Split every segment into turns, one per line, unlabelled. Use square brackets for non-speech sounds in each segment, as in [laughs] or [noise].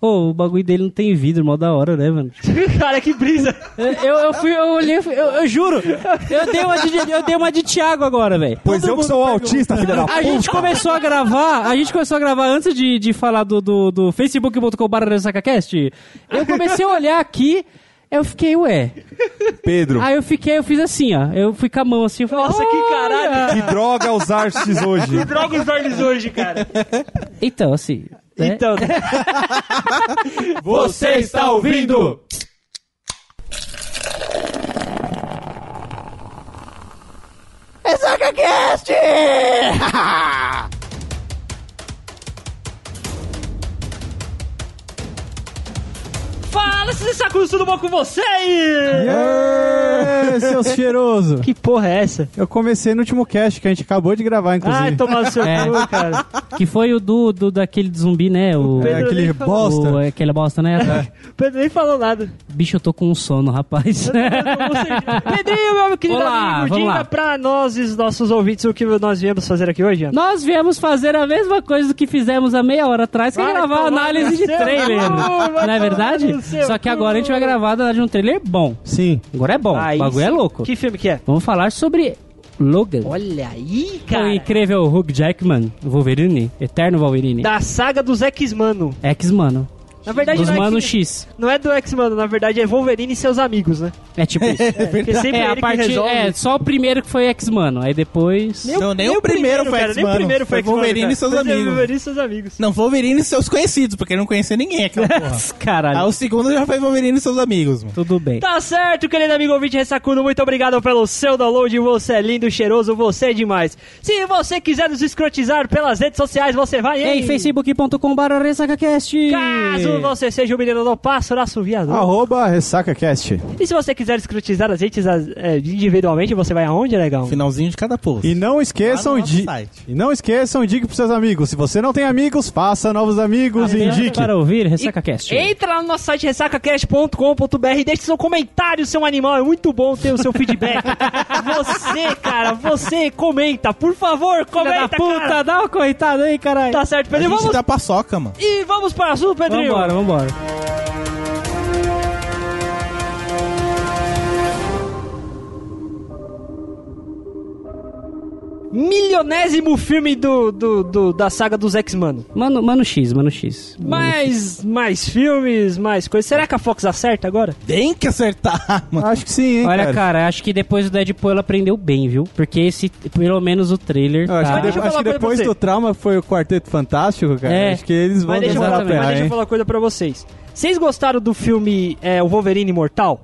Pô, o bagulho dele não tem vidro, mó da hora, né, mano?
[laughs] Cara, que brisa.
Eu, eu, eu fui, eu olhei, eu, eu juro, eu dei, uma de, eu dei uma de Thiago agora, velho.
Pois eu que sou
um.
autista, filha da
[laughs]
A
tá puta.
gente começou a gravar, a gente começou a gravar antes de, de falar do, do, do facebook.com.br SacaCast. Eu comecei a olhar aqui, eu fiquei, ué.
Pedro,
Aí eu fiquei, eu fiz assim, ó. Eu fui com a mão assim, eu falei,
Nossa, que
"Olha!"
caralho.
que droga
[laughs]
usar-se hoje.
Que droga os olhos hoje, cara.
Então, assim. né?
[laughs] Então,
Você está ouvindo?
fala se sacudos, tudo bom com vocês? [laughs]
Ê, seus cheiroso.
Que porra é essa?
Eu comecei no último cast que a gente acabou de gravar,
Ai,
inclusive.
tomar no seu
É.
cu, cara.
Que foi o do, do daquele de zumbi, né? O,
É,
Pedro
aquele
nem falou.
bosta.
o- aquele bosta, né?
O [laughs] Pedro nem falou nada.
Bicho, eu tô com um sono, rapaz.
um É,
[laughs]
Pedrinho, meu querido
Olá,
amigo,
vamos
diga
lá.
pra nós, os nossos ouvintes, o que nós viemos fazer aqui hoje, Ana.
Nós viemos fazer a mesma coisa do que fizemos há meia hora atrás, que é
Vai
gravar a
tomar
análise
no
de
seu
trailer.
cu, vai
Não é
tomar
verdade?
no seu
Só que agora a gente vai
cu.
gravar a análise de um trailer bom.
Sim.
Agora é bom,
Aí
o bagulho é
sim.
louco.
Que filme que é?
Vamos falar sobre Logan.
Olha aí,
o
cara.
incrível Hugh Jackman, Wolverine, Eterno Wolverine.
Da saga dos X-Mano.
X-Mano.
Na verdade,
Dos
não é
Mano
X-
X.
Não é do X-Mano, na verdade é Wolverine e seus amigos, né?
É tipo isso.
É
Porque [laughs]
verdade.
sempre
É, a
é ele que
parte.
resolve.
É, só o primeiro que foi X-Mano. Aí depois.
Não, nem, o primeiro, foi
cara, nem o
X-Mano.
primeiro foi X-Mano,
Wolverine e
cara.
seus
Mas é
amigos.
Wolverine e seus amigos.
Não, Wolverine e seus conhecidos, porque não conhecia ninguém aquela porra.
Caralho.
Aí o segundo já foi Wolverine e seus amigos, mano.
Tudo bem.
Tá certo, querido amigo ouvinte ressacudo, muito obrigado pelo seu download, você é lindo, cheiroso, você é demais. Se você quiser nos escrotizar pelas redes sociais, você vai em...
Ei, facebook.com.br RessacaCast.
Caso você seja o menino do pássaro assoviador.
Arroba RessacaCast.
E se você quiser escrotizar as redes as- é, individualmente, você vai aonde, legal?
Um Finalzinho de cada post.
E não esqueçam
Lá no nosso
de.
site.
E não esqueçam, diga pros seus amigos. Se você não tem amigos, faça novos amigos
Ah,
e indique.
Para ouvir RessacaCast.
Entra lá no nosso site ressacacast.com.br e deixe seu comentário, seu animal. É muito bom ter o seu feedback. você, cara, você comenta. Por
Filha
favor,
da
comenta,
puta,
tá cara.
dá uma coitada aí, caralho.
Tá certo,
A
Pedrinho.
gente
Vamos...
dá paçoca, mano.
E vamos para o assunto,
Vambora,
Pedrinho.
vambora.
Milionésimo filme do, do, do- da saga dos X-Mano.
Mano, mano X, mano X. Mano X.
Mais, mais filmes, mais coisas. Será que a Fox acerta agora?
Tem que acertar, [laughs] mano.
Acho que sim, hein?
Olha, cara, acho que depois do Deadpool ela aprendeu bem, viu? Porque esse, pelo menos o trailer.
Eu acho
tá-
que,
deixa eu
depois- acho
falar
que
uma coisa pra
depois
você.
do trauma foi o Quarteto Fantástico, cara.
É.
Acho que eles vão
Mas deixa, eu
tentar
falar, mas
ferrar,
deixa eu
hein?
falar uma coisa pra vocês. Vocês gostaram do filme é, O Wolverine Imortal?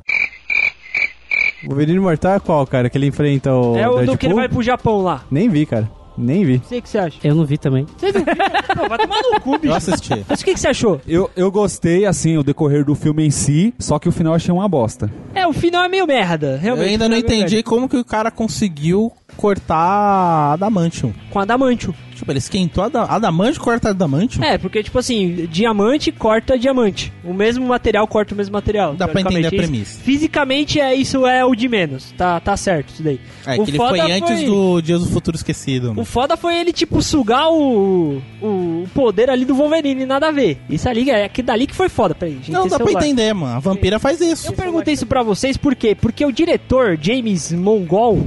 O Wolverine Mortal é qual, cara? Que ele enfrenta o.
é o do
Deadpool?
que ele vai pro Japão lá.
Nem vi, cara. Nem vi.
Não sei o que
[laughs]
você acha.
Eu não vi também.
Pô, vai tomar no cu,
Eu
bicho. [laughs]
assisti.
Mas o que, que você achou?
Eu, eu gostei, assim, o decorrer do filme em si, só que o final eu achei uma bosta.
É, o final é meio merda,
Eu
realmente. é
ainda não entendi como que o cara conseguiu cortar Adamantium.
Com adamantium.
Tipo, ele esquentou Ada- Adamantium, corta Adamantium?
É, porque, tipo assim, diamante corta diamante. O mesmo material corta o mesmo material.
Dá pra entender a
teoricamente.
premissa.
Isso- Fisicamente, é, isso é o de menos. Tá, tá certo isso daí.
É,
o
que ele
foda
foi antes do Dias do Futuro Esquecido.
O
mano.
foda foi ele, tipo, sugar o, o o poder ali do Wolverine, nada a ver. Isso ali, é que dali que foi foda. Peraí, gente,
Não,
esse é
dá pra
celular.
entender, mano. A vampira faz isso.
Eu perguntei isso pra vocês por quê? Porque o diretor James Mongol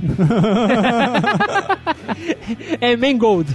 é Mangold,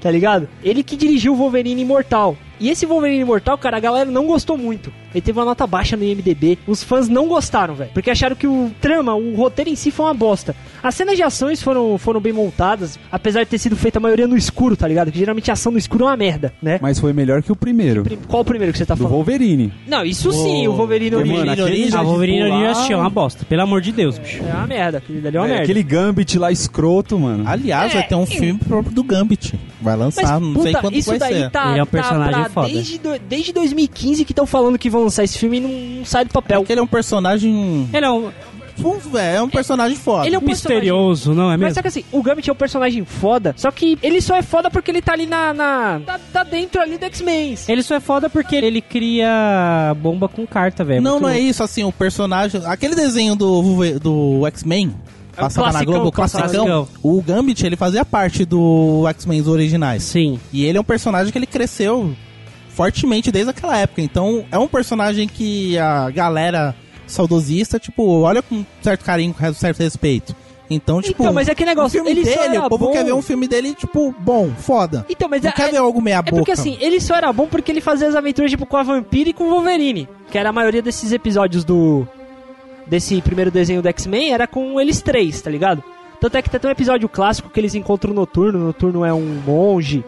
tá ligado? Ele que dirigiu o Wolverine Imortal. E esse Wolverine Imortal, cara, a galera não gostou muito. Ele teve uma nota baixa no IMDB. Os fãs não gostaram, velho. Porque acharam que o trama, o roteiro em si foi uma bosta. As cenas de ações foram, foram bem montadas, apesar de ter sido feita a maioria no escuro, tá ligado? Que geralmente a ação no escuro é uma merda, né?
Mas foi melhor que o primeiro,
Prim- Qual o primeiro que você tá
do
falando?
Wolverine.
Não, isso sim, o Wolverine
Mano,
original.
aquele
origem
já
A Ah, Wolverine
pular.
ali eu achei uma bosta. Pelo amor de Deus, bicho.
É uma merda, aquele dali é uma
É,
merda.
aquele Gambit lá escroto, mano.
Aliás, vai ter um filme próprio do Gambit. Vai
É, Mas,
lançar, não
puta,
sei quando
isso
vai
daí
ser.
tá.
Ele é um personagem
tá pra
foda.
Desde, do- desde 2015 que estão falando que vão lançar esse filme e não, não sai do papel.
Porque ele é um personagem.
Ele é um
Um- É um personagem foda.
Ele é um
misterioso, não é
Mas
mesmo?
só que assim, o Gambit é um personagem foda, só que ele só é foda porque ele tá ali na. na- tá, tá dentro ali do X-Men.
Ele só é foda porque ele cria bomba com carta, velho.
não,
Muito
não é
louco.
isso, assim, o personagem. Aquele desenho do, Wolver- do X-Men,
É o
passava na
classicão,
Globo, o
classicão.
classicão. O Gambit, ele fazia parte do X-Men originais.
Sim.
E ele é um personagem que ele cresceu fortemente desde aquela época. Então, é um personagem que a galera saudosista, tipo, olha com certo carinho, com certo respeito. Então, tipo,
Então, mas é que
o
negócio,
filme
ele só
dele,
era
o povo
bom...
quer ver um filme dele, tipo, bom, foda.
Então, mas
Não
é-
quer
é-
ver algo meia
É
boca.
porque assim, ele só era bom porque ele fazia as aventuras tipo com a Vampira e com o Wolverine. Que era a maioria desses episódios do. Desse primeiro desenho do X-Men era com eles três, tá ligado? Tanto é que tem até um episódio clássico que eles encontram o Noturno, o Noturno é um monge.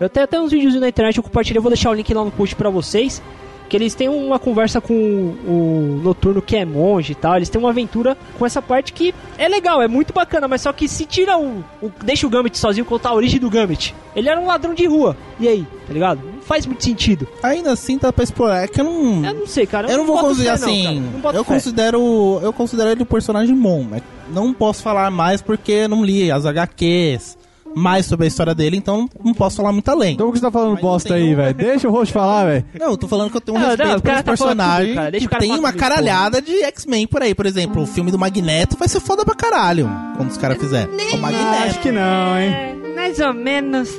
Eu tenho até uns vídeos na internet, eu compartilhei, eu vou deixar o link lá no post pra vocês. Que eles têm uma conversa com o o Noturno que é monge e tal. Eles têm uma aventura com essa parte que é legal, é muito bacana, mas só que se tira o. o- deixa o Gambit sozinho contar a origem do Gambit. Ele era um ladrão de rua. E aí, tá ligado? Não faz muito sentido.
Ainda assim dá pra explorar. É que eu não.
Eu não sei, cara.
Eu, não vou
boto
considerar
fé, não,
assim.
cara. Não boto
eu
fé.
considero, eu considero ele um personagem bom, mas não posso falar mais porque não li as HQs, mais sobre a história dele, então não posso falar muito além.
Então por que você tá falando
Mas não
bosta
tem
aí,
um-
né?
velho? Deixa o rosto falar, velho.
Não, eu tô falando que eu tenho um
Não,
respeito
não, o cara
pelos
tá falando
personagens.
tudo, cara. Deixa o
que
cara
tem
falar
uma
comigo,
caralhada de X-Men por aí, por exemplo. O filme do Magneto vai ser foda pra caralho quando os caras fizerem. O
Ah, acho
Magneto.
que não, hein?
Mais ou menos.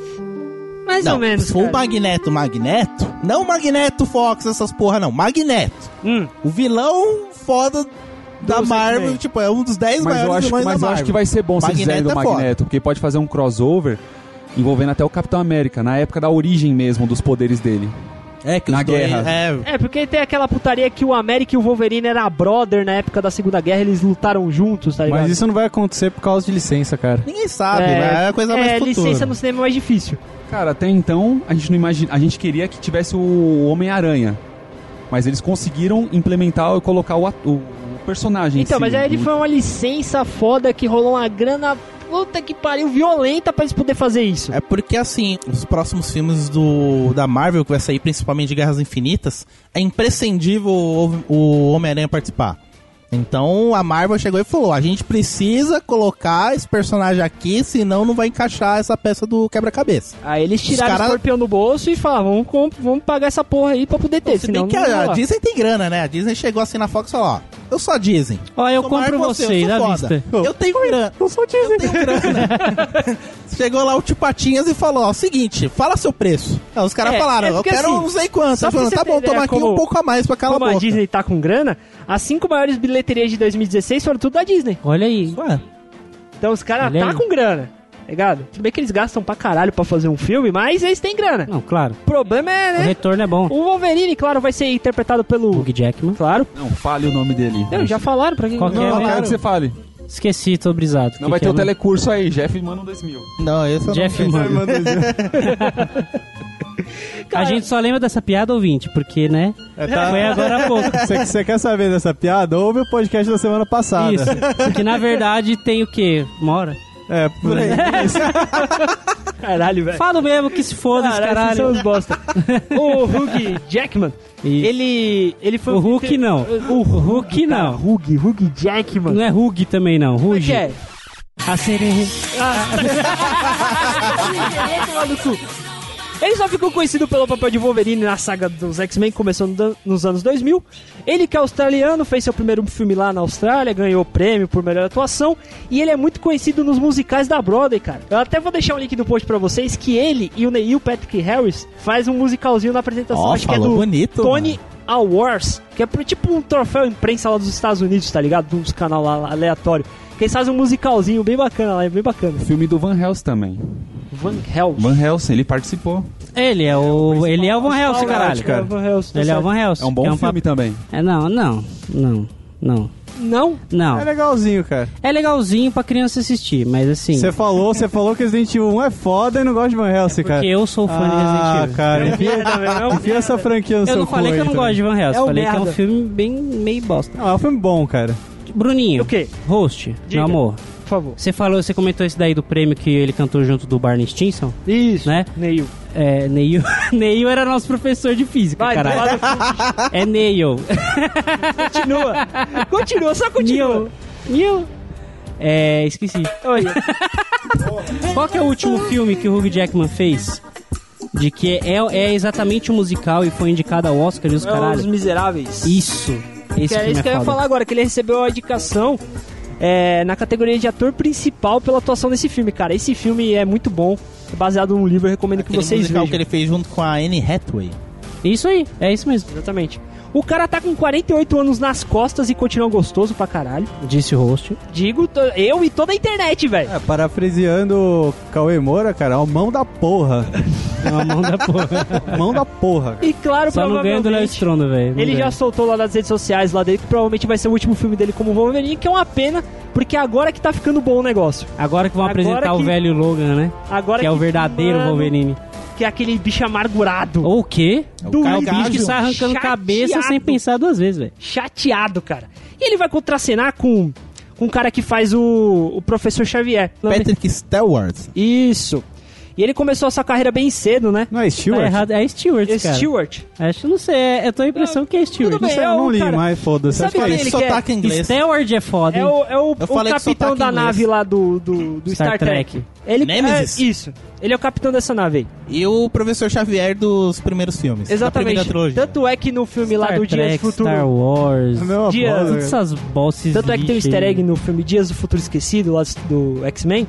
Mais
Não,
ou menos.
se for o
cara.
Magneto, Magneto, não Magneto Fox, essas porra, não. Magneto.
Hum.
O vilão foda da
Dos
Marvel,
X-Men.
tipo, é um dos 10
Mas eu
maiores
acho,
vilões da
mas eu
Marvel.
acho que vai ser bom se
Magneto
fizerem do
é foda.
Magneto, porque pode fazer um crossover envolvendo até o Capitão América, na época da origem mesmo dos poderes dele.
É, que
Na
os dois-
guerra.
É,
É, porque tem aquela putaria que o América e o Wolverine era brother na época da Segunda Guerra, eles lutaram juntos, tá ligado?
Mas isso não vai acontecer por causa de licença, cara.
ninguém sabe, né? É a coisa mais
é,
futura.
licença no cinema é mais difícil.
Cara, até então a gente não imagina, a gente queria que tivesse o Homem-Aranha, mas eles conseguiram implementar e colocar o, atu- o personagem. em
Então,
si,
mas aí ele
o-
foi uma licença foda que rolou uma grana puta que pariu violenta pra eles poderem fazer isso.
É porque, assim, os próximos filmes do da Marvel, que vai sair principalmente de Guerras Infinitas, é imprescindível o, o Homem-Aranha participar. Então a Marvel chegou e falou: a gente precisa colocar esse personagem aqui, senão não vai encaixar essa peça do quebra-cabeça.
Aí eles
Os
tiraram
cara-
o escorpião do bolso e falaram, vamos, comp- vamos pagar essa porra aí pra poder ter,
Se bem
senão
que
não vai
a, a
rolar.
Disney tem grana, né? A Disney chegou assim na Fox e falou: ó, eu só Disney.
Ó, eu
sou maior
compro
que
vocês,
eu
à
sou foda.
vista.
Eu tenho grana.
Eu sou Disney.
Chegou lá o Tio Patinhas e falou: ó, seguinte, fala seu preço. Aí os caras
É,
falaram:
é
eu
porque
quero
assim,
não sei quanto.
só
Aí
pra
falando:
você
tá
ter
bom,
ideia
toma aqui
como-
um pouco a mais pra cala a
Como a
boca.
Disney tá com grana, as cinco maiores bilheterias de 2016 foram tudo da Disney.
Olha aí.
Ué,
Então os caras
Olha
tá
aí.
com grana, tá ligado? Tudo bem que eles gastam pra caralho pra fazer um filme, mas eles têm grana.
Não, claro.
O problema é,
O
né?
retorno é bom.
O Wolverine, claro, vai ser interpretado pelo.
Hugh Jackman.
Claro.
Não, fale o nome dele.
Não, já falaram pra quem.
Qual que
Não,
é?
eu
um.
Falaram.
quero que você fale.
Esqueci, tô brisado.
Não
Que
vai
que
ter
é,
o
né?
mano?
telecurso aí, Jeff um Mano 2000.
não, esse eu
Jeff
não
Mano. [laughs] A
Cara,
gente só lembra dessa piada ouvinte, porque, né?
É,
Foi agora há pouco.
[laughs] Você você tá. quer saber dessa piada? Ouve o podcast da semana passada.
Isso. Que na verdade tem o quê? Uma hora?
É, por aí.
Caralho, velho.
Falo mesmo que se foda esse
Caralho, vocês
caralho.
são uns bosta. o Hugh Jackman,
[laughs] E-
ele. Ele foi
O Hulk não. O Hulk não.
Hugh, Hugh Jackman.
Não é Hug também não.
Como é que
Ruge.
é?
A sereia.
é? Ele só ficou conhecido pelo papel de Wolverine na saga dos X-Men, que começou no dan- nos anos 2000. Ele que é australiano, fez seu primeiro filme lá na Austrália, ganhou o prêmio por melhor atuação. E ele é muito conhecido nos musicais da Broadway, cara. Eu até vou deixar um link no post pra vocês, que ele e o Neil Patrick Harris faz um musicalzinho na apresentação,
Ó,
acho que é
falou
do
bonito,
Tony Awards, que é pro- tipo um troféu imprensa lá dos Estados Unidos, tá ligado? Dos canal lá aleatório. Que eles fazem um musicalzinho bem bacana lá, é bem bacana.
Filme do Van Helsing também.
Van Helsing.
Van Helsing, ele participou.
Ele é o. Ele é o Van Helsing, caralho.
É o Van Helsing, tá
Ele é o
certo.
Van Helsing.
É um bom
que
filme também.
pap- É, não, não, não, não,
Não?
não.
É legalzinho, cara.
É legalzinho pra criança assistir, mas assim.
Você falou, você falou que Resident Evil 1 é foda e não gosta de Van
É
Helsing, cara.
Porque eu sou fã de Resident
Ah,
Evil.
cara, enfia, enfia essa franquia no
Eu
seu
não falei
cu
que eu
aí
não
também.
gosto de Van Helsing,
É um
falei que é
merda.
um filme bem meio bosta.
Não, é um filme bom, cara.
Bruninho,
O quê?
host, meu
Diga.
amor.
Por favor.
Você falou, você comentou isso daí do prêmio que ele cantou junto do Barney Stinson?
Isso.
Né?
Neil.
É, Neil. [laughs] Neil era nosso professor de física,
Vai,
caralho.
do lado,
É Neil. [laughs]
continua. continua, só continua.
Neil. Neil. É, esqueci.
Olha.
Qual que é o último filme que o Hugh Jackman fez? De que é, é exatamente um musical e foi indicado ao Oscar e os
É Os
caralhos.
miseráveis.
Isso. Esse
que é
filme
isso
é
que eu ia
foda.
falar agora, que ele recebeu a indicação é, na categoria de ator principal pela atuação desse filme, cara. Esse filme é muito bom. É baseado num livro, eu recomendo
Aquele
que vocês
musical
vejam.
que ele fez junto com a Anne Hathaway.
Isso aí, é isso mesmo.
Exatamente. O cara tá com 48 anos nas costas e continua gostoso pra caralho.
Disse o
[laughs]
host.
Digo, to- eu e toda a internet, velho.
É, parafraseando o Cauê Moura, cara, é o mão da porra.
A mão da porra.
mão da
[laughs]
porra, cara.
E claro,
Só não ganha do né? Léo
provavelmente...
Estrondo, velho. Não
Ele
ganha.
já soltou lá nas redes sociais lá dele que provavelmente vai ser o último filme dele como Wolverine, que é uma pena, porque agora que tá ficando bom o negócio.
Agora que vão
Agora
apresentar o
que-
velho Logan, né?
Agora
que é o verdadeiro
mano,
Wolverine.
Que é aquele bicho amargurado.
Ou o quê?
Do
É o
Caralho.
bicho que sai arrancando
Chateado.
cabeça sem pensar duas vezes, velho. Tá
Chateado, cara. E ele vai contracenar com, com o cara que faz o, o professor Xavier.
Patrick Stewart.
Isso. E ele começou essa carreira bem cedo, né?
Não é
Tá
Stewart?
errado. É Stewart, cara.
Stewart.
Acho que não sei. é- Eu tô a impressão que é Stewart.
tudo
não
bem,
sei, tipo, eu
é
não
o
li,
cara-
mas foda-se.
Sabe
Acho que é
aquele
isso.
Esse
que é-
sotaque inglês.
Stewart é foda,
É
hein?
o, é o,
Eu
o
falei que
capitão
sotaque
da
inglês.
nave lá do, do, do
Star
Star, Trek.
Trek.
Ele,
Nemesis?
É, isso. Ele é o capitão dessa nave aí.
E o Professor Xavier dos primeiros filmes. Da
Exatamente.
primeira trilogia.
Tanto é que no filme lá
Star
do Dias do
Trek,
Futuro.
Star Wars.
Não é uma
Dia-
bosta,
Todas
cara.
essas bosses.
Tanto é que tem um
lixo
easter
aí.
egg no filme Dias do Futuro Esquecido, lá do X-Men,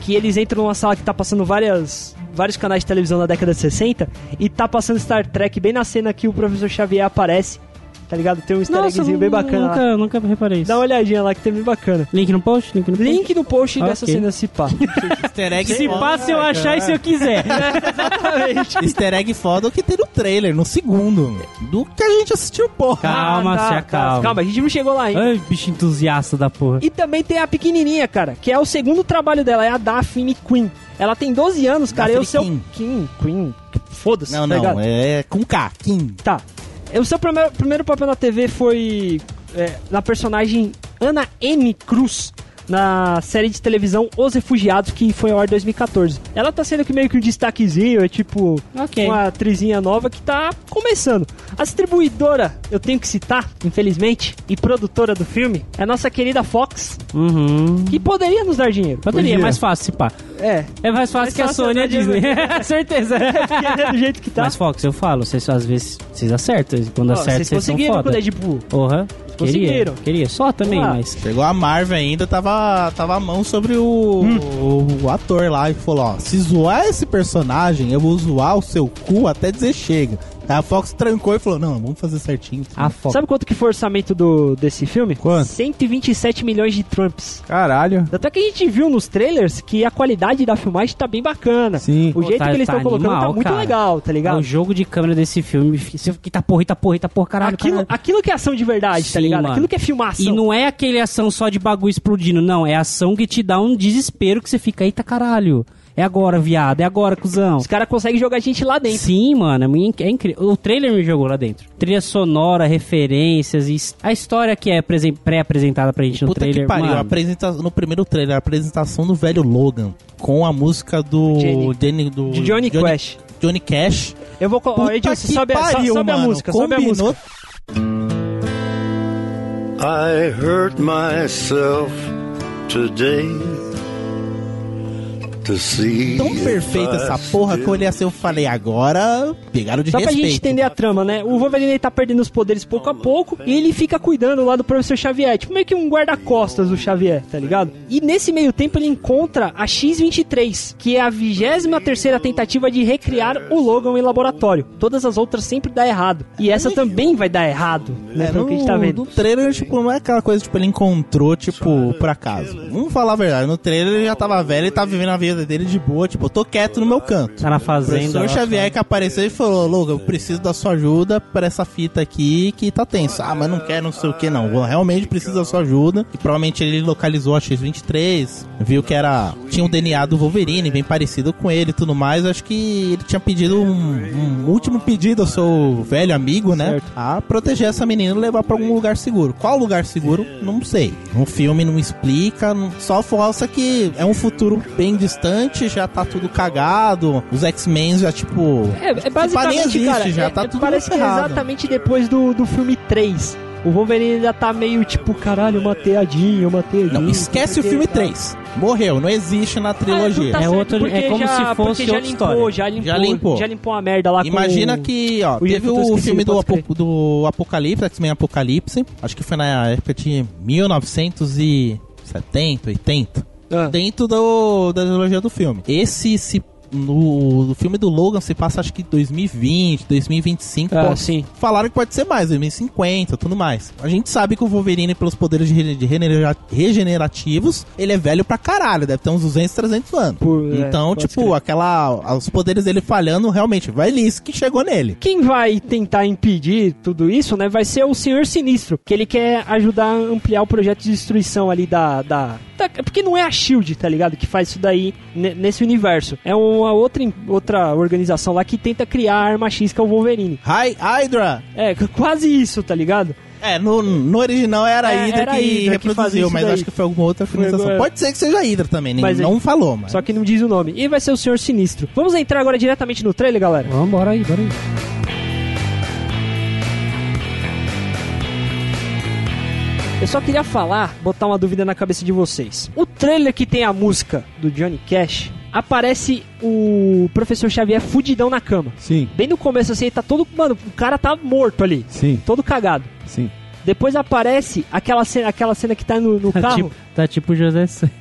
que eles entram numa sala que tá passando várias, vários canais de televisão da década de 60 e tá passando Star Trek bem na cena que o professor Xavier aparece. Tá ligado? Tem um easter
Nossa,
eggzinho bem
nu-
bacana lá.
Nunca, nunca reparei isso.
Dá uma olhadinha lá que tem bem bacana.
Link no post? Link no post.
Link no post
Ok.
dessa cena se pá.
Easter egg
É Se
foda. né,
passa eu achar e se eu quiser.
[laughs] Exatamente.
Easter egg foda que tem no trailer, no segundo. né? Do que a gente assistiu, porra.
Calma,
[laughs] Ah, tá,
se
tá.
acalma.
Calma, a gente não chegou lá ainda.
Ai, bicho entusiasta da porra.
E também tem a pequenininha, cara, que é o segundo trabalho dela, é a Daphne Queen. Ela tem 12 anos, cara, e o seu...
Daphne
Queen, Queen, foda-se,
Não,
tá ligado?
não, é com K, Kim.
Tá. E O seu primeiro, primeiro papel na TV foi é, na personagem Ana N. Cruz, na série de televisão Os Refugiados, que foi ao ar em 2014. Ela tá sendo que meio que um destaquezinho, é tipo
Ok.
uma atrizinha nova que tá começando. A distribuidora, eu tenho que citar, infelizmente, e produtora do filme, é a nossa querida Fox,
Uhum.
que poderia nos dar dinheiro.
Poderia, é
Podia.
mais fácil, se pá.
É,
É mais fácil que a
fácil
Sony e a
a
Disney. [laughs] Certeza.
[laughs] porque é do jeito que tá.
Mas, Fox, eu falo, vocês às vezes vocês acertam. e Quando
Ó,
acertam, vocês, são
conseguiram tipo, com o
foda.
Deadpool.
Porra, queria.
conseguiram.
Queria. Só também,
Vamos lá.
mas.
Chegou a Marvel ainda, tava, tava a mão sobre o, o ator lá e falou, ó, se zoar esse personagem, eu vou zoar o seu cu até dizer chega. Aí a Fox trancou e falou, não, vamos fazer certinho.
A Fox.
Sabe quanto que foi o orçamento do, desse filme?
Quanto?
127 milhões de Trumps.
Caralho.
Tanto é que a gente viu nos trailers que a qualidade da filmagem tá bem bacana.
Sim.
O
Pô,
jeito
tá-
que eles
tá
estão colocando tá
animal,
muito
cara.
legal, tá
Ah,
ligado?
O jogo de câmera desse filme. Você fica, eita porra, eita porra, eita porra, caralho.
aquilo,
caralho.
aquilo que é ação de verdade,
Sim,
tá ligado?
mano.
Aquilo que é filmação.
E não é aquele ação só de bagulho explodindo, não. É ação que te dá um desespero que você fica, eita caralho. É agora, viado, é agora, cuzão.
Os caras conseguem jogar a gente lá dentro.
Sim, mano, é mu- é incrível. O trailer me jogou lá dentro. Trilha sonora, referências, e s- a história que é presen- pré-apresentada pra gente no
Puta
trailer.
que pariu,
mano.
a apresenta- no primeiro trailer, a apresentação do velho Logan com a música do...
Jenny.
Jenny- do
De Johnny, Quest.
Johnny Cash.
Eu vou colocar.
Puta
Edilson,
que
sobe, a- so-
pariu,
sobe a
mano.
música, sobe a
Combinou
música.
I hurt myself today to see
tão
if
perfeita
I
essa porra que eu
still
olhei assim, eu falei, agora pegaram de
Só pra
respeito.
gente entender a trama, né? O Wolverine ele tá perdendo os poderes pouco a pouco e ele fica cuidando lá do professor Xavier. Tipo meio que um guarda-costas do Xavier, tá ligado? E nesse meio tempo ele encontra a X-23, que é a 23 tentativa de recriar o Logan em laboratório. Todas as outras sempre dá errado. E essa também vai dar errado, né?
É,
Pelo
no,
que a gente tá vendo.
no trailer, tipo, não é aquela coisa, tipo, ele encontrou, tipo, por acaso. Vamos falar a verdade, no trailer ele já tava velho, ele tava vivendo a vida dele de boa, tipo, eu tô quieto no meu canto.
Tá na
O
fazenda.
professor
lá,
Xavier que apareceu e falou, Logan, eu preciso da sua ajuda pra essa fita aqui que tá tensa. Ah, mas não quero não sei o que não, eu realmente preciso da sua ajuda. E provavelmente ele localizou a X-23, viu que era... Tinha o DNA do Wolverine, bem parecido com ele e tudo mais. Acho que ele tinha pedido um, um último pedido ao seu velho amigo, né? A proteger essa menina e levar pra algum lugar seguro. Qual lugar seguro? Não sei. O filme não explica, não- só força que é um futuro bem distante, já tá tudo cagado. Os X-Men já, tipo...
É, é
nem
basicamente,
existe,
cara,
já
é-
tá
é-
tudo
parece que é
ferrado.
exatamente depois do, do filme 3. O Wolverine ainda tá meio tipo, caralho, eu matei a Jean, eu matei a Jean.
Não, esquece o
sei
filme
quê, tá?
3. Morreu, não existe
Ah,
na trilogia.
É outro-
então porque
é como se fosse
porque já
outra
limpou,
história.
Já limpou,
Já limpou.
já limpou a merda lá
Imagina
Tá com...
que, ó,
o
teve
Jeff
o
Tusk,
filme
sim,
do,
pode
Apo- do Apocalipse, X-Men Apocalipse, acho que foi na época de 1970, 80,
Ah.
dentro do, da trilogia do filme. Esse se no, no filme do Logan se passa acho que 2020, 2025.
Ah,
pô,
sim.
Falaram que pode ser mais, 2050, tudo mais. A gente sabe que o Wolverine, pelos poderes de rene- de regenera- regenerativos, ele é velho pra caralho, deve ter uns 200, 300 anos.
Por- é,
então,
pode
tipo,
crer.
aquela os poderes dele falhando, realmente, vai Liz que chegou nele.
Quem vai tentar impedir tudo isso, né, vai ser o Senhor Sinistro, que ele quer ajudar a ampliar o projeto de destruição ali da... da, da- porque não é a SHIELD, tá ligado, que faz isso daí ne- nesse universo. É uma outra, em- outra organização lá que tenta criar a arma X que é o Wolverine.
Hi, Hydra!
É, qu- quase isso, tá ligado?
É, no, no original era a
É,
Hydra
era a
que
Hydra que fazia
reproduziu,
isso
mas
daí.
acho que foi alguma outra organização.
é.
Pode ser que seja a Hydra também,
Mas
não falou, mas...
Só que não diz o nome. E vai ser o Senhor Sinistro. Vamos entrar agora diretamente no trailer, galera?
Vamos, bora aí, bora aí.
Eu só queria falar, botar uma dúvida na cabeça de vocês. O trailer que tem a música do Johnny Cash, aparece o professor Xavier fudidão na cama.
Sim,
Bem no começo assim, ele tá todo. Mano, o cara tá morto ali,
sim,
todo cagado.
sim.
Depois aparece aquela cena, aquela cena que tá
[laughs]
no, no
Tá
carro.
tipo, tá tipo José [laughs] Santos.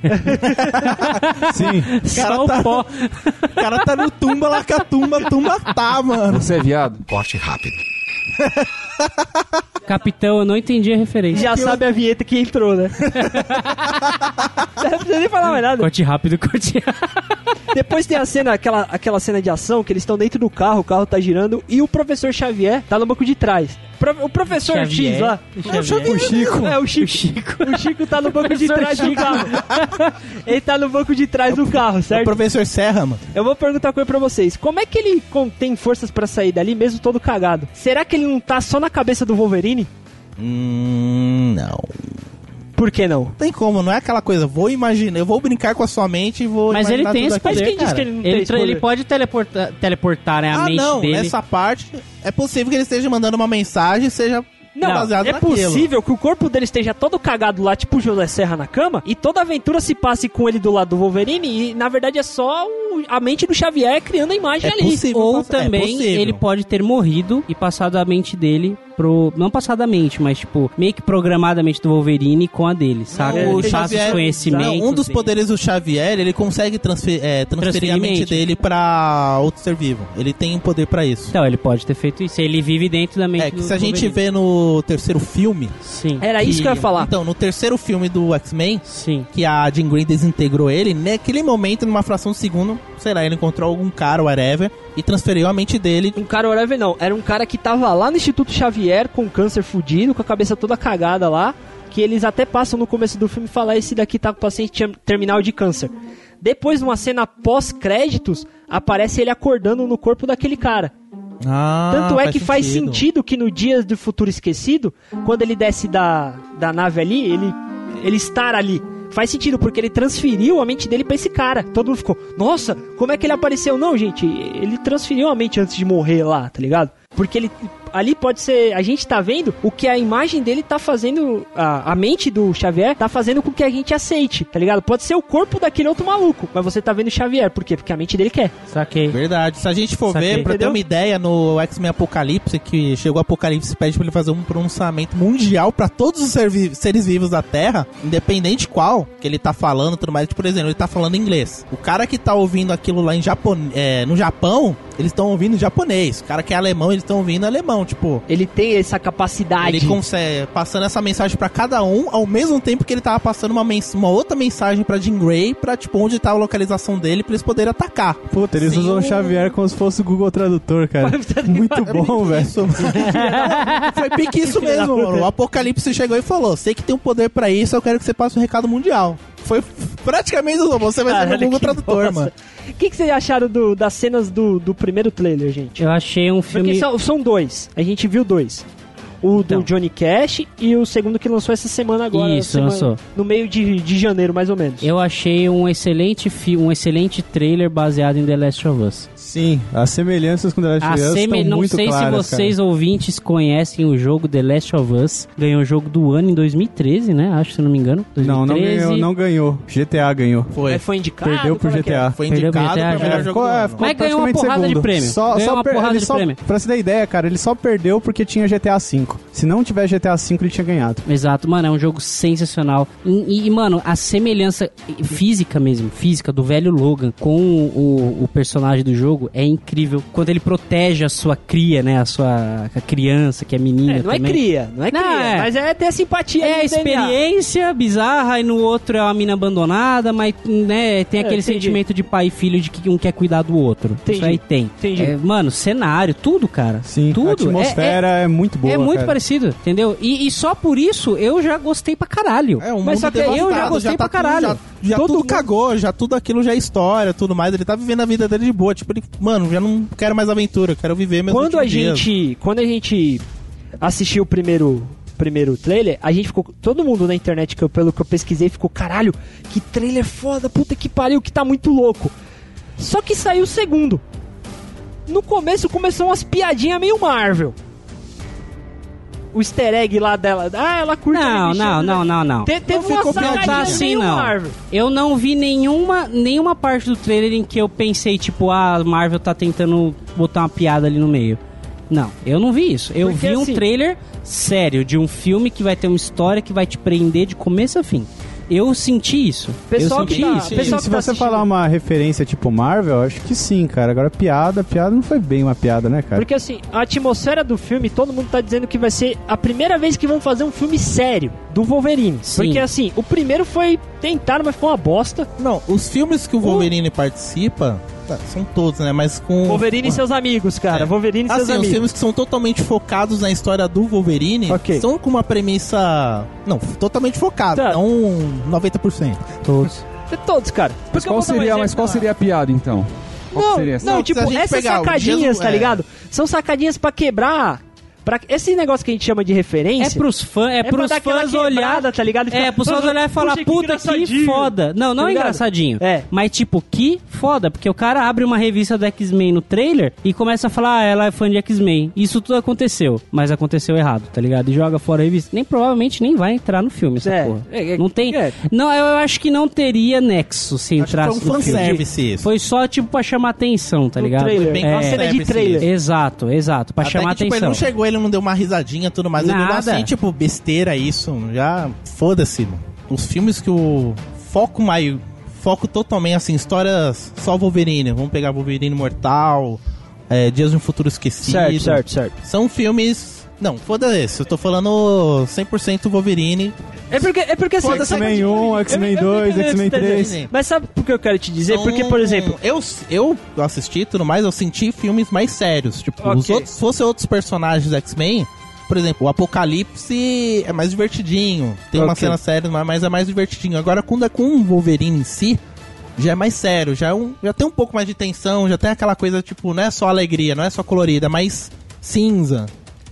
Sim.
cara
Só
tá-
o pó.
O cara tá no tumba lá que a tumba, tumba tá, mano.
[laughs] Você é viado?
Capitão, eu não entendi a referência.
Já sabe a vinheta que entrou, [laughs] né? Não precisa nem falar mais nada.
Corte rápido, corte rápido.
Depois tem a cena, aquela, aquela cena de ação que eles estão dentro do carro, o carro tá girando e o professor Xavier tá no banco de trás. Pro- o professor X lá.
O Chico.
É, o Chico. O Chico, tá no banco de trás do carro. [laughs] ele tá no banco de trás do carro,
É o
certo?
professor Serra, mano.
Eu vou perguntar uma coisa pra vocês. Como é que ele contém forças pra sair dali, mesmo todo cagado? Será que ele não tá só na cabeça do Wolverine?
Hum, não.
Por que não?
Tem como, não é aquela coisa, vou imaginar, eu vou brincar com a sua mente e vou
Mas
imaginar
ele tem
tudo
esse
aquilo.
Mas
poder,
quem disse
cara.
que ele não é tem
ele,
esse
tra-
poder?
ele pode teleportar, teleportar né, a
Ah,
mente
não,
dele.
nessa parte é possível que ele esteja mandando uma mensagem e seja
Não,
baseado
é
naquilo.
possível que o corpo dele esteja todo cagado lá, tipo o José Serra na cama, e toda aventura se passe com ele do lado do Wolverine, e na verdade é só o- a mente do Xavier criando a imagem
É
ali.
possível.
Ou
É
também
possível.
ele pode ter morrido e passado a mente dele pro. Não passado a mente, mas tipo, meio que programado a mente do Wolverine Tá com a dele, saca?
É, o
ele passa
Xavier-
os conhecimentos.
Não, um dos
dele.
poderes do Xavier, ele consegue transfer- é, transferir a mente
Transferir mente.
dele pra outro ser vivo. Ele tem um poder pra isso.
Então, ele pode ter feito isso. Ele vive dentro da mente
É, que
do
se a gente
Wolverine.
vê no terceiro filme...
Sim.
Era É isso que eu ia falar.
Então, no terceiro filme do X-Men,
Sim.
que a Jean Grey desintegrou ele, naquele momento, numa fração de segundo, sei lá, ele encontrou algum cara, whatever, e transferiu a mente dele.
Um cara whatever não, era um cara que tava lá no Instituto Xavier com câncer fudido, com a cabeça toda cagada lá, que eles até passam no começo do filme falar esse daqui tá com paciente ter- terminal de câncer. Depois, numa cena pós-créditos, aparece ele acordando no corpo daquele cara.
Ah,
Tanto é que faz sentido que no Dias do Futuro Esquecido, quando ele desce da, da nave ali, ele, ele estar ali. Faz sentido, porque ele transferiu a mente dele pra esse cara. Todo mundo ficou, nossa, como é que ele apareceu? Não, gente, ele transferiu a mente antes de morrer lá, tá ligado? Porque ele. Ali pode ser. A gente tá vendo o que a imagem dele tá fazendo. A, a mente do Xavier tá fazendo com que a gente aceite, tá ligado? Pode ser o corpo daquele outro maluco, mas você tá vendo o Xavier. Por quê? Porque a mente dele quer.
Saquei.
Verdade. Se a gente for
Saquei.
ver, pra ter
Entendeu?
uma ideia, no X-Men Apocalipse, que chegou o Apocalipse e pede pra ele fazer um pronunciamento mundial pra todos os ser vi- seres vivos da Terra, independente qual que ele tá falando, tudo mais. Tipo, Por exemplo, ele tá falando inglês. O cara que tá ouvindo aquilo lá em Japon... é, no Japão, eles estão ouvindo japonês. O cara que é alemão, eles estão ouvindo alemão, tipo...
Ele tem essa capacidade.
Ele consegue passando essa mensagem pra cada um, ao mesmo tempo que ele tava passando uma, mens- uma outra mensagem pra Jim Gray, pra tipo onde tá a localização dele, pra eles poderem atacar.
Puta, eles
Sim.
usam o Xavier como se fosse o Google Tradutor, cara. Muito bom,
[laughs]
velho.
Isso, mano. Foi pique isso mesmo, mano. O Apocalipse chegou e falou: sei que tem um poder pra isso, eu quero que você passe um recado mundial. Foi f- praticamente isso, você vai ser
Caralho,
o Google
que
Tradutor,
bosta.
mano.
O que, que vocês acharam do- das cenas do, do primeiro trailer, gente?
Eu achei um
Porque
filme.
são, são dois. A gente viu dois. O
Então.
do Johnny Cash e o segundo que lançou essa semana agora.
Isso,
semana-
lançou.
No meio de, de janeiro, mais ou menos.
Eu achei um excelente fi... um excelente trailer baseado em The Last of Us.
Sim, as semelhanças com The Last
A
of Us
semi-
estão
não
muito
sei se
claras,
vocês ouvintes conhecem o jogo The Last of Us. Ganhou o jogo do ano em 2013, né? Acho, se não me engano.
cara. Não, não
2013.
ganhou, não ganhou. GTA ganhou.
Foi.
Mas foi indicado?
Perdeu pro
Como é que é?
GTA.
Foi
Perdeu
indicado
pra
pra
GTA,
melhor
já.
jogo
Ficou-
do
é,
ano.
ficou
Mas ganhou uma
praticamente
porrada de
segundo.
prêmio.
Só,
Ganhou
só
uma
per-
porrada
ele
de
só-
prêmio.
Pra você ter ideia, cara, ele só perdeu porque tinha GTA V. Se não tivesse GTA V, ele tinha ganhado.
Exato, mano, é um jogo sensacional. E, e, mano, a semelhança física mesmo, física do velho Logan com o, o personagem do jogo é incrível. Quando ele protege a sua cria, né? A sua a criança, que é menina
É, não é
também.
cria, não é
Não,
cria,
é.
mas é ter simpatia.
É a
no DNA.
experiência bizarra e no outro é uma mina abandonada, mas né, tem
É,
aquele
entendi.
sentimento de pai e filho de que um quer cuidar do outro. Isso
Entendi.
aí tem.
Entendi.
É, mano, cenário, tudo, cara.
Sim,
tudo.
a
É- é-
atmosfera é, muito boa.
é muito
cara.
parecido, entendeu? E, e só por isso eu já gostei pra caralho.
É, um
Mas
mundo
só que eu já
devastado,
gostei pra
tá tudo-
caralho.
já já
Todo
tudo
mundo-
cagou, já tudo aquilo já é história, tudo mais. Ele tá vivendo a vida dele de boa. Tipo, ele, mano, já não quero mais aventura, eu quero viver meus
quando a
últimos dias.
gente quando a gente assistiu o primeiro primeiro trailer a gente ficou todo mundo na internet que eu- pelo que eu pesquisei ficou caralho que trailer foda puta que pariu que tá muito louco só que saiu o segundo no começo começou umas piadinhas meio Marvel o Easter egg lá dela ah ela curte
Não,
aquele
não,
bichão, né?
não, não, não.
Te- teve uma
Não
sacanagem
tá assim,
meio
não.
Marvel
Eu não vi nenhuma, nenhuma parte do trailer em que eu pensei, tipo, ah, a Marvel tá tentando botar uma piada ali no meio. Não, eu não vi isso. Eu
Porque,
vi um
assim-
trailer sério de um filme que vai ter uma história que vai te prender de começo a fim. Eu senti isso.
Pessoal
eu
que
senti
tá-
isso.
pessoal-
Sim,
Pessoal
se
que tá
você
assistindo.
falar uma referência tipo Marvel, eu acho que sim, cara. Agora, piada, piada não foi bem uma piada, né, cara?
Porque assim, a atmosfera do filme, todo mundo tá dizendo que vai ser a primeira vez que vão fazer um filme sério do Wolverine.
Sim.
Porque assim, o primeiro foi tentar, mas foi uma bosta.
Não, os filmes que o Wolverine participa, tá, são todos, né? Mas com.
Wolverine e seus amigos, cara.
É.
Wolverine e seus
Assim, os
amigos.
filmes que são totalmente focados na história do Wolverine
Ok.
são com uma premissa. Não, totalmente focada,
Tá.
não um 90%.
Todos.
É Todos, cara.
Mas
Porque eu
qual
vou dar um
seria, mas
exemplo,
qual
tá?
seria a piada então? Qual
Não,
seria essa?
não,
Não,
tipo,
se a gente
essas
pegar o
sacadinhas,
Jesus-
tá
é.
ligado? São sacadinhas pra quebrar. Pra... Esse negócio que a gente chama de
É
referência.
pros fãs, é,
pra
pros
dar aquela
fãs
quebrada,
olhar
tá ligado? E
É,
ficar,
pro Souza
"Ah,
olhar e falar,
puxa, que
puta que
engraçadinho."
foda. Não, não
Tá
é
ligado?
engraçadinho.
É.
Mas tipo, que foda, porque o cara abre uma revista do X-Men no trailer e começa a falar, ah, ela é fã de X-Men. Isso tudo aconteceu, mas aconteceu errado, tá ligado? E joga fora a revista. Nem provavelmente nem vai entrar no filme essa
É,
porra.
é, é,
não tem.
é.
Não, eu acho que não teria nexo se
Acho que
entrasse
foi um
no filme.
fanservice isso.
Foi só, tipo, pra chamar atenção, tá
No
ligado?
trailer.
Bem
Uma
é.
cena de
fanservice
trailer.
isso.
Exato, exato, pra
Até
chamar
que, tipo, ele
atenção.
não chegou, ele não deu uma risadinha e tudo mais. Ele deu
Nada.
assim, tipo, besteira isso. Já foda-se, mano. Os filmes que o foco mais... Foco totalmente, assim, histórias só Wolverine. Vamos pegar Wolverine Mortal, é, Dias de um Futuro Esquecido.
Certo, certo, certo.
São filmes... Não, foda-se. Eu tô falando 100% Wolverine.
É porque, é porque assim.
X-Men 1, X-men 2, X-Men 3.
tá Mas sabe por que eu quero te dizer?
São-
Porque, por exemplo,
Então, Eu, eu assisti e tudo mais, eu senti filmes mais sérios. Tipo,
Ok.
os outros, se fossem outros personagens do X-Men, por exemplo, o Apocalipse é mais divertidinho. Tem uma
Ok.
cena séria, mas- mas é mais divertidinho. Agora, quando é com o Wolverine em si, já é mais sério, já, é um, já tem um pouco mais de tensão, já tem aquela coisa, tipo, não é só alegria, não é só colorida, é mais cinza.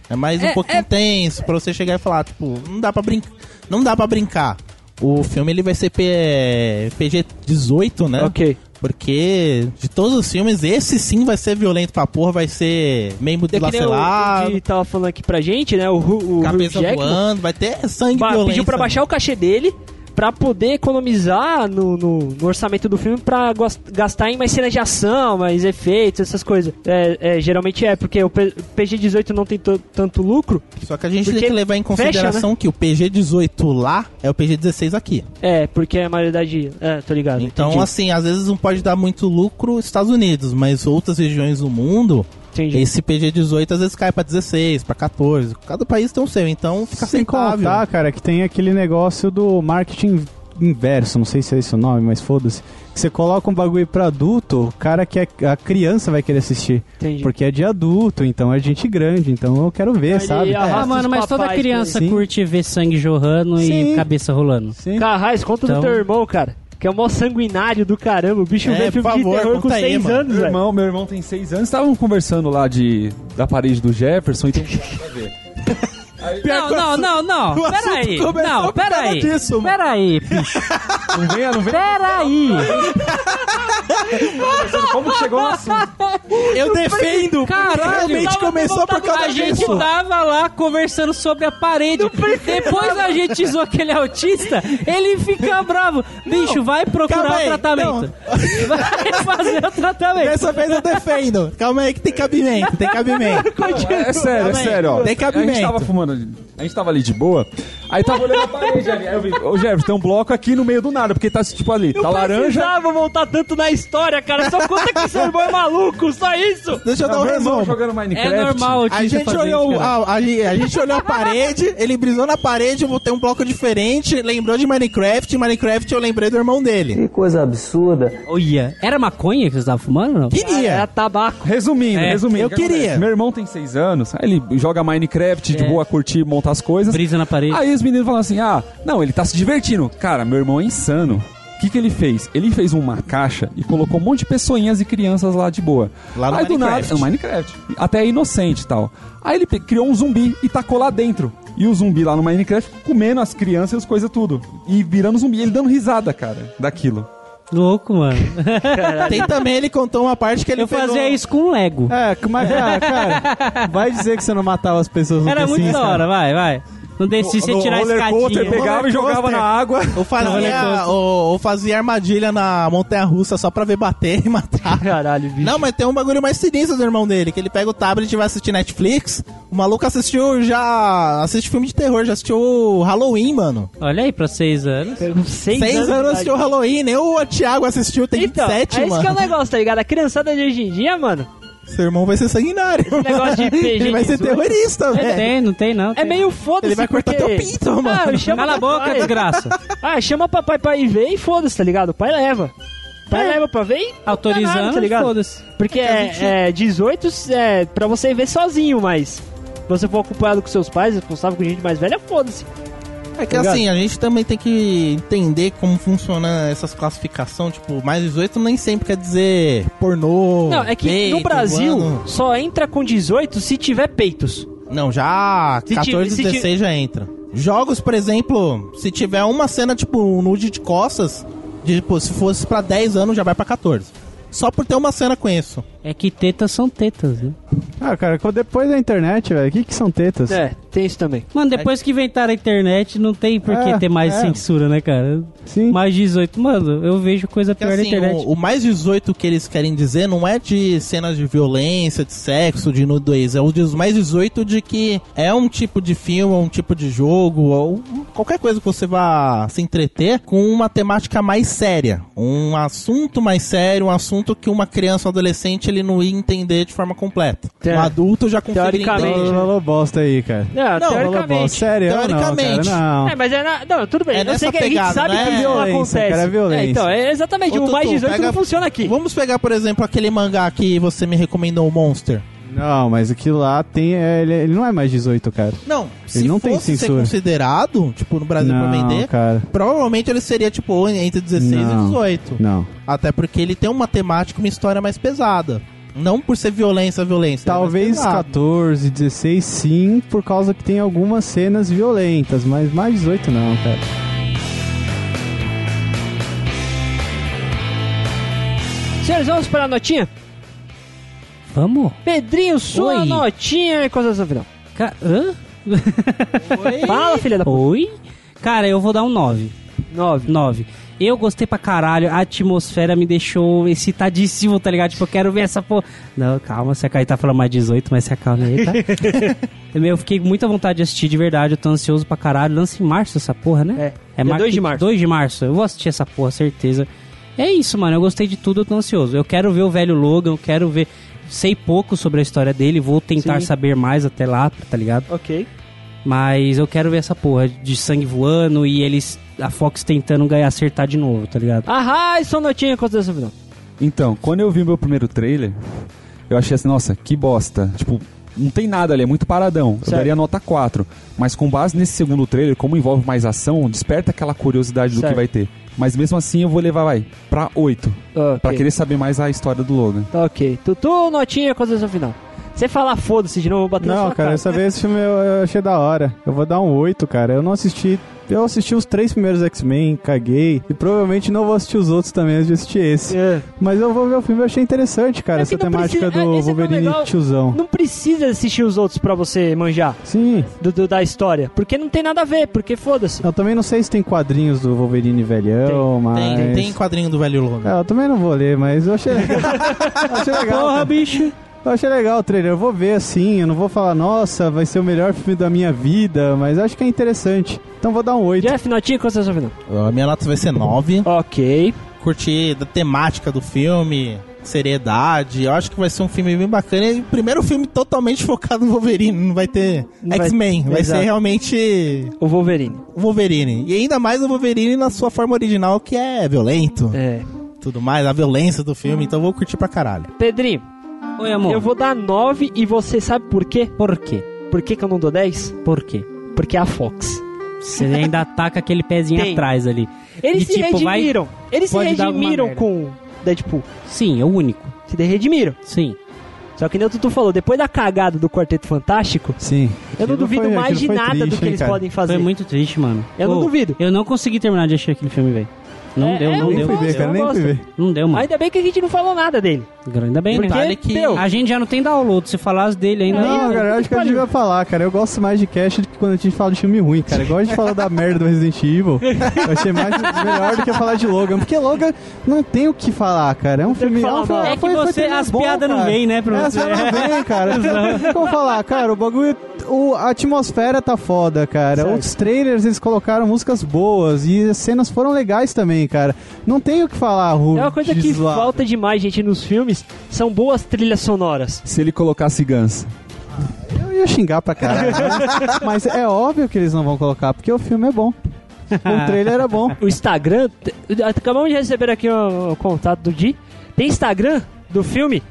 É mais
É,
um pouquinho
é-
tenso pra você chegar e falar, tipo, não dá pra brincar. Não dá pra brincar. O filme ele vai ser P- PG-18, né?
Ok.
Porque de todos os filmes, esse sim vai ser violento pra porra, vai ser membro
É que nem o- o
dilacerado,
que tava falando aqui pra gente, né? O, Hu- o Hugh
cabeça
Jackman
voando, vai ter sangue
ba-
violento.
pediu pra baixar o cachê dele pra poder economizar no, no- no orçamento do filme pra gos- gastar em mais cenas de ação, mais efeitos, essas coisas. É, é, geralmente é, porque o P- PG-18 não tem to- tanto lucro.
Só que a gente
Porque
tem que levar em
fecha, né?
consideração que o PG-18 lá é o PG-16 aqui.
É, porque a maioridade... É, tô ligado.
Então,
entendi,
assim, às vezes não pode dar muito lucro nos Estados Unidos, mas outras regiões do mundo,
entendi.
esse PG-18 às vezes cai pra 16, pra 14. Cada país tem o seu, então fica
Sem
aceitável.
contar, cara, que tem aquele negócio do marketing inverso, não sei se é esse o nome, mas foda-se. Que Você coloca um bagulho pra adulto, o cara que é, a criança vai querer assistir.
entendi.
Porque é de adulto, então é gente grande, então eu quero ver,
Aí,
sabe?
ó.
Ah,
É,
mano,
esses
mas toda
papais
criança
por aí. Sim.
curte ver sangue jorrando e
Sim.
cabeça rolando.
Sim.
Carrais, conta
Então-
do teu irmão, cara. Que é o mó sanguinário do caramba. O bicho
É,
vê filme
por favor,
de terror com
conta aí,
6
mano.
anos,
Meu
velho.
irmão, meu irmão tem seis anos, estavam conversando lá de, da parede do Jefferson, então pra ver.
Não, não, não, não.
O assunto
Peraí.
começou
Não,
por causa
peraí.
disso, mano.
Peraí, bicho.
Não venha, não venha
Peraí.
como que chegou no assunto.
Eu defendo!
Caralho,
realmente
tava
começou por
A
causa
gente
disso.
tava lá conversando sobre a parede. Depois a gente zoou aquele autista, ele fica bravo. Bicho, vai procurar
calma
o
aí,
tratamento. Vai fazer o tratamento.
Dessa vez eu defendo. Calma aí que tem cabimento, tem cabimento.
É sério, é
Também.
sério, ó.
Tem
A gente
cabimento.
tava fumando. A gente tava ali de boa. Aí tava olhando a parede ali. Aí eu vi, ô Jefferson, tem um bloco aqui no meio do nada, porque tá tipo ali, tá laranja.
precisava voltar tanto na história, cara. Só conta que seu irmão é maluco, só isso.
Deixa eu dar
Tá
um
meu irmão
resumo.
jogando Minecraft.
É normal, autista.
A gente,
fazer
olhou,
isso, cara.
a, a gente- a gente olhou a parede, ele brisou na parede, eu botei um bloco diferente, lembrou de Minecraft, Minecraft eu lembrei do irmão dele.
Que coisa absurda.
Olha, era maconha que você tava fumando ou não?
Era
Queria.
tabaco.
Resumindo,
É,
resumindo.
eu
o que acontece?
queria.
Meu irmão tem seis anos, aí ele joga Minecraft de
É.
boa, curtir, montar as coisas.
Brisa na parede.
Aí os meninos falam assim: ah, não, ele tá se divertindo. Cara, meu irmão é insano. O que, que ele fez? Ele fez uma caixa e colocou um monte de pessoinhas e crianças lá de boa.
Lá no
aí do
Minecraft.
nada, no Minecraft. Até é inocente e tal. Aí ele pe- criou um zumbi e tacou lá dentro. E o zumbi lá no Minecraft ficou comendo as crianças e as coisas tudo. E virando zumbi, ele dando risada, cara, daquilo.
Louco, mano.
Tem também, ele contou uma parte que ele
Eu
pegou-
fazia isso com um Lego.
É, mas cara, cara, vai dizer que você não matava as pessoas no
Era
The
muito
Sims,
da
cara.
hora, vai, vai. Não desci você
No
tirar a
roller coaster,
escadinha.
pegava
é
e jogava na água.
Ou fazia, ou, ou fazia armadilha na montanha russa só pra ver bater e matar.
Caralho, bicho.
Não, mas tem um bagulho mais sinistro do irmão dele, que ele pega o tablet e vai assistir Netflix. O maluco assistiu já. assiste filme de terror, já assistiu Halloween, mano.
Olha aí, pra seis anos.
Com seis,
Seis
de
anos
idade.
assistiu Halloween, nem o Thiago assistiu, tem
Então,
27,
é isso que é o
mano.
negócio, tá ligado? A criançada de hoje em dia, mano,
Seu irmão vai ser sanguinário.
negócio
[laughs]
de PG
Ele vai ser
18.
terrorista,
Não
velho.
tem, não tem, não.
é
tem.
meio foda-se.
Ele vai cortar
porque-
teu pinto, mano.
Ah, chama
Cala a boca,
papai.
desgraça.
Ah, chama papai pra ir ver e foda-se, tá ligado? O pai leva. O
É.
pai leva pra ver e.
Autorizando,
tá ligado?
foda-se.
Porque é, é 18 é pra você ver sozinho, mas. Se você for acompanhado com seus pais, responsável com gente mais velha, foda-se.
É que assim, a gente também tem que entender como funciona essas classificações. Tipo, mais 18 nem sempre quer dizer pornô.
Não, é que no
peito,
Brasil
guano.
só entra com 18 se tiver peitos.
Não, já.
Se
14,
ti- se ti-
16 já entra. Jogos, por exemplo, se tiver uma cena, tipo, um nude de costas, de, tipo, se fosse pra 10 anos, já vai pra 14. Só por ter uma cena com isso.
É que tetas são tetas, né?
Ah, cara, co- depois da internet, velho, o que que são tetas?
É, tem isso também.
Mano, depois que inventaram a internet, não tem por que
É,
ter mais
é.
censura, né, cara?
Sim.
Mais 18. Mano, eu vejo coisa
Porque,
pior na
assim,
internet.
o, o mais 18 que eles querem dizer não é de cenas de violência, de sexo, de nudez. É o de- os mais 18 de que é um tipo de filme, um tipo de jogo, ou qualquer coisa que você vá se entreter com uma temática mais séria. Um assunto mais sério, um assunto que uma criança ou adolescente ele não ia entender de forma completa.
É.
Um adulto já conseguiria
Teoricamente.
entender.
Falou- Falou bosta aí, cara.
Não,
Não,
Falou bosta.
teoricamente.
Sério? Não,
Teoricamente.
cara,
É, mas é na... Não, tudo bem.
É
eu sei
nessa
que a gente
pegada,
sabe
né?
que
É
não
violência,
acontece.
cara, é violência.
É, então, é exatamente.
Ô,
o mais
Tutu,
18
pega-
não funciona aqui.
Vamos pegar, por exemplo, aquele mangá que você me recomendou, o Monster.
não. Não, mas aquilo lá tem. é, ele, ele não é mais 18, cara.
Não, se
não tem
fosse ser
censura.
considerado, tipo, no Brasil pra
não,
vender,
cara.
provavelmente ele seria, tipo, entre 16
Não.
e 18.
Não.
Até porque ele tem uma temática, uma história mais pesada. Não por ser violência, violência. ele é mais
Talvez
pesado.
14, 16, sim, por causa que tem algumas cenas violentas, mas mais 18 não, cara.
Senhores, vamos para a notinha?
Vamos?
Pedrinho, sua
Oi.
notinha e consideração final.
Ca... Hã?
[laughs] Fala, filha da p.
Oi? Cara, eu vou dar um 9.
9.
9. Eu gostei pra caralho, a atmosfera me deixou excitadíssimo, tá ligado? Tipo, eu quero ver essa porra. Não, calma, se a Kai tá falando mais 18, mas se acalma aí,
[laughs]
tá? Meu, eu fiquei com muita vontade de assistir de verdade, eu tô ansioso pra caralho. Lança em março essa porra, né?
É. Dia 2 de março.
2 de março. Eu vou assistir essa porra, certeza. É isso, mano. Eu gostei de tudo, eu tô ansioso. Eu quero ver o velho Logan, eu quero ver. Sei pouco sobre a história dele, vou tentar
Sim.
saber mais até lá, tá ligado?
Ok.
Mas eu quero ver essa porra de sangue voando e eles. A Fox tentando ganhar, acertar de novo, tá ligado?
Ahá, e sua notinha e consideração final.
Então, quando eu vi meu primeiro trailer, eu achei assim, nossa, que bosta. Tipo, não tem nada ali, é muito paradão. Eu
Certo.
daria nota 4. Mas com base nesse segundo trailer, como envolve mais ação, desperta aquela curiosidade do
Certo.
que vai ter. Mas mesmo assim eu vou levar, vai, pra 8.
Ok. Tá
Pra querer saber mais a história do Logan.
Ok. Tutu, notinha e consideração final. Você falar foda-se de novo, eu vou bater na
Não,
sua
cara,
cara.
essa vez esse filme eu, eu achei da hora. Eu vou dar um 8, cara. Eu não assisti Eu assisti os três primeiros X-Men, caguei. E provavelmente não vou assistir os outros também antes de assistir esse.
É.
Mas eu vou ver o filme, eu achei interessante, cara,
É que
essa
não
temática
precisa-
do
é, esse é tão
Wolverine
legal.
tiozão.
Não precisa assistir os outros pra você manjar
Sim,
do- do- da história. Porque não tem nada a ver, porque foda-se.
eu também não sei se tem quadrinhos do Wolverine velhão, mas...
Tem, tem quadrinho do velho Logan.
É, eu também não vou ler, mas eu
[laughs]
achei legal. Eu achei legal. cara.
bicho.
Eu achei legal o trailer. Eu vou ver assim, eu não vou falar, nossa, vai ser o melhor filme da minha vida, mas acho que é interessante. Então vou dar um 8.
Jeff, notinha, qual é a sua final?
A minha nota vai ser 9.
Ok.
Curti da temática do filme, seriedade. Eu acho que vai ser um filme bem bacana. E o primeiro filme totalmente [laughs] focado no Wolverine. Não vai ter
Não vai-
X-Men. Vai,
Exato.
ser realmente
O Wolverine.
o Wolverine. E ainda mais o Wolverine na sua forma original, que é violento.
É.
Tudo mais, a violência do filme. Então eu vou curtir pra caralho.
Pedrinho,
Oi, amor.
eu vou dar 9 e você sabe por quê?
Por quê?
Por que, que eu não dou 10?
Por quê?
Porque é a Fox.
Você
[laughs]
ainda ataca aquele pezinho
Tem.
atrás ali.
Eles
E,
se
tipo, vai-
redimiram. Eles se
pode dar alguma
redimiram
merda.
com Deadpool.
Sim, é o único.
Se redimiram.
Sim.
Só que nem o Tutu falou, depois da cagada do Quarteto Fantástico,
Sim.
eu não
Aquilo
duvido
foi-
mais de
aquilo foi
nada do
triste,
que
hein,
eles
cara.
podem fazer.
Foi muito triste, mano.
Eu não
Ô,
duvido.
Eu não consegui terminar de assistir aquele filme, velho. Não
É,
deu,
é,
não
eu
Nem
deu.
fui ver,
gosto,
cara,
eu
nem fui
gosto.
ver.
Não deu, mano.
Ainda bem que a gente não falou nada dele.
Ainda bem, né?
Detalhe que-
meu,
A gente já não tem download. Se falasse dele ainda. né?
Não,
Aí,
cara, eu
puta
acho que a
que
gente
pariu.
vai falar, cara. Eu gosto mais de cast do que quando a gente fala de filme ruim, cara. Igual a gente fala da merda do Resident Evil. Eu achei mais melhor do que falar de Logan. Porque Logan não tem o que falar, cara. É um
tem o que
filme.
falar,
foi-
não.
É que
foi- foi
você-
filme
as
bom,
piadas não
cara.
vêm, né, pra
É, As
você.
piadas não vêm,
[laughs]
cara. Como falar, cara, o bagulho. o- a atmosfera tá foda, cara.
Certo.
Os trailers eles colocaram músicas boas e as cenas foram legais também, cara. Não tem o que falar, Ru.
É uma coisa que
de zoar.
falta demais, gente, nos filmes. São boas trilhas sonoras.
Se ele colocasse Guns.
Eu ia xingar pra caralho. né? Mas é óbvio que eles não vão colocar, porque o filme é bom. O trailer era bom.
O Instagram... t- Acabamos de receber aqui o, o contato do Di. Tem Instagram do filme.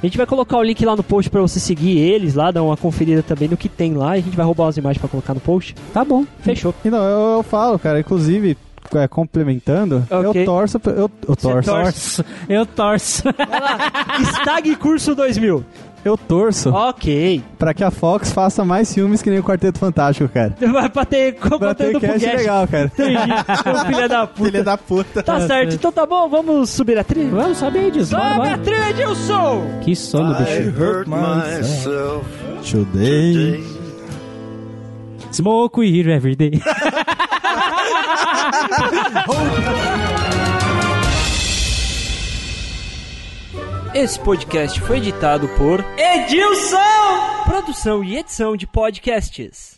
A gente vai colocar o link lá no post pra você seguir eles lá, dar uma conferida também no que tem lá. E a gente vai roubar as imagens pra colocar no post.
Tá bom.
Fechou.
Então, eu, eu falo, cara, inclusive, é, complementando,
Ok.
eu torço. pra- Eu, eu torço.
Torço. [laughs] Eu torço.
[laughs] Stag Curso 2000.
Eu torço
Ok.
pra que a Fox faça mais filmes que nem o Quarteto Fantástico, cara.
Vai pra ter co-
Pra ter
conteúdo pro
cast é
Guest.
legal, cara.
Entendi. Ô, filha da
[laughs]
puta.
Filha da puta.
Tá certo. Então tá bom, vamos subir a trilha?
Vamos, sabe aí disso. Bora,
Sobe
bora.
a trilha, Edilson!
Que sono,
I
bicho.
hurt
Man's-
myself
Today.
today.
Smoke weed every day.
Esse podcast foi editado por Edilson! Produção e edição de podcasts.